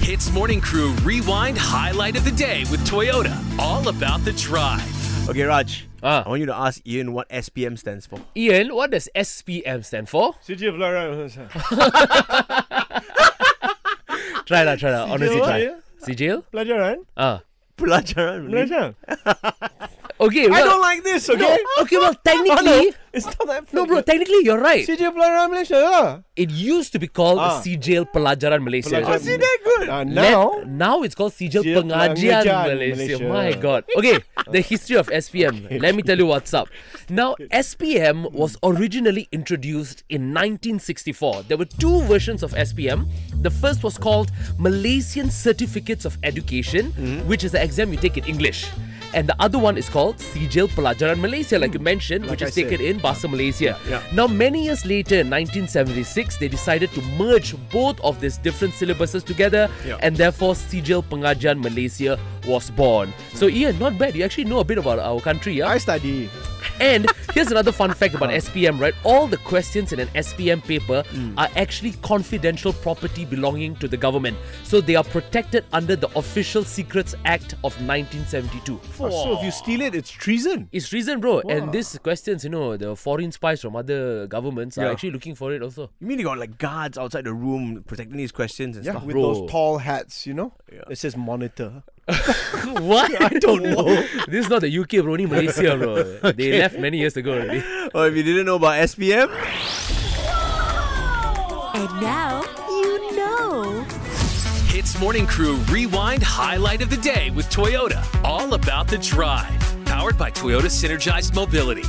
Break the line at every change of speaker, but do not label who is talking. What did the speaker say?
Hits Morning Crew Rewind Highlight of the Day with Toyota. All about the drive.
Okay, Raj.
Ah.
I want you to ask Ian what SPM stands for.
Ian, what does SPM stand for?
CG of Lara.
Try that, try that. Honestly,
Sigil?
try. Sigil?
Pelajaran?
Ah.
Pelajaran. really?
Pelajaran?
Okay,
I
well,
don't like this, okay?
no, okay, well,
Oh, no.
technically,
It's not that
no, bro, technically, you're right.
CG of Lara Malaysia lah.
It used to be called
Ah.
Sijil Pelajaran Malaysia.
Pelajaran.
See that good?
Uh,
Let-
now,
now it's called Sijil
Sijil
Pengajian
Pengajian
Malaysia.
Malaysia.
My God. Okay, the history of SPM. Let me tell you what's up. Now, SPM was originally introduced in 1964. There were two versions of SPM. The first was called Malaysian Certificates of Education,
Mm-hmm.
which is the exam you take in English. And the other one is called Sijil Pelajaran Malaysia, like you mentioned, which
Hmm.
is
Like I said.
taken in Bahasa Malaysia.
Yeah.
Now, many years later, in 1976, they decided to merge both of these different syllabuses together,
Yeah.
and therefore Sijil Pengajian Malaysia was born. So, Ian, not bad. You actually know a bit about our country, yeah?
Hmm. I study.
And here's another fun fact about SPM, right? All the questions in an SPM paper
Hmm.
are actually confidential property belonging to the government. So they are protected under the Official Secrets Act of 1972.
So if you steal it, it's treason.
It's reason, bro. And these questions, you know, the foreign spies from other governments are actually looking for it also.
You mean they got like guards outside the room protecting these questions and
Yeah,
stuff?
with
bro.
those tall hats, you know? It says monitor.
what? I don't know. this is not the UK, bro. Only Malaysia, bro. They left many years ago already.
Or Oh, if you didn't know about SPM,
And now you know.
Hits Morning Crew Rewind Highlight of the Day with Toyota. All about the drive. Powered by Toyota Synergized Mobility.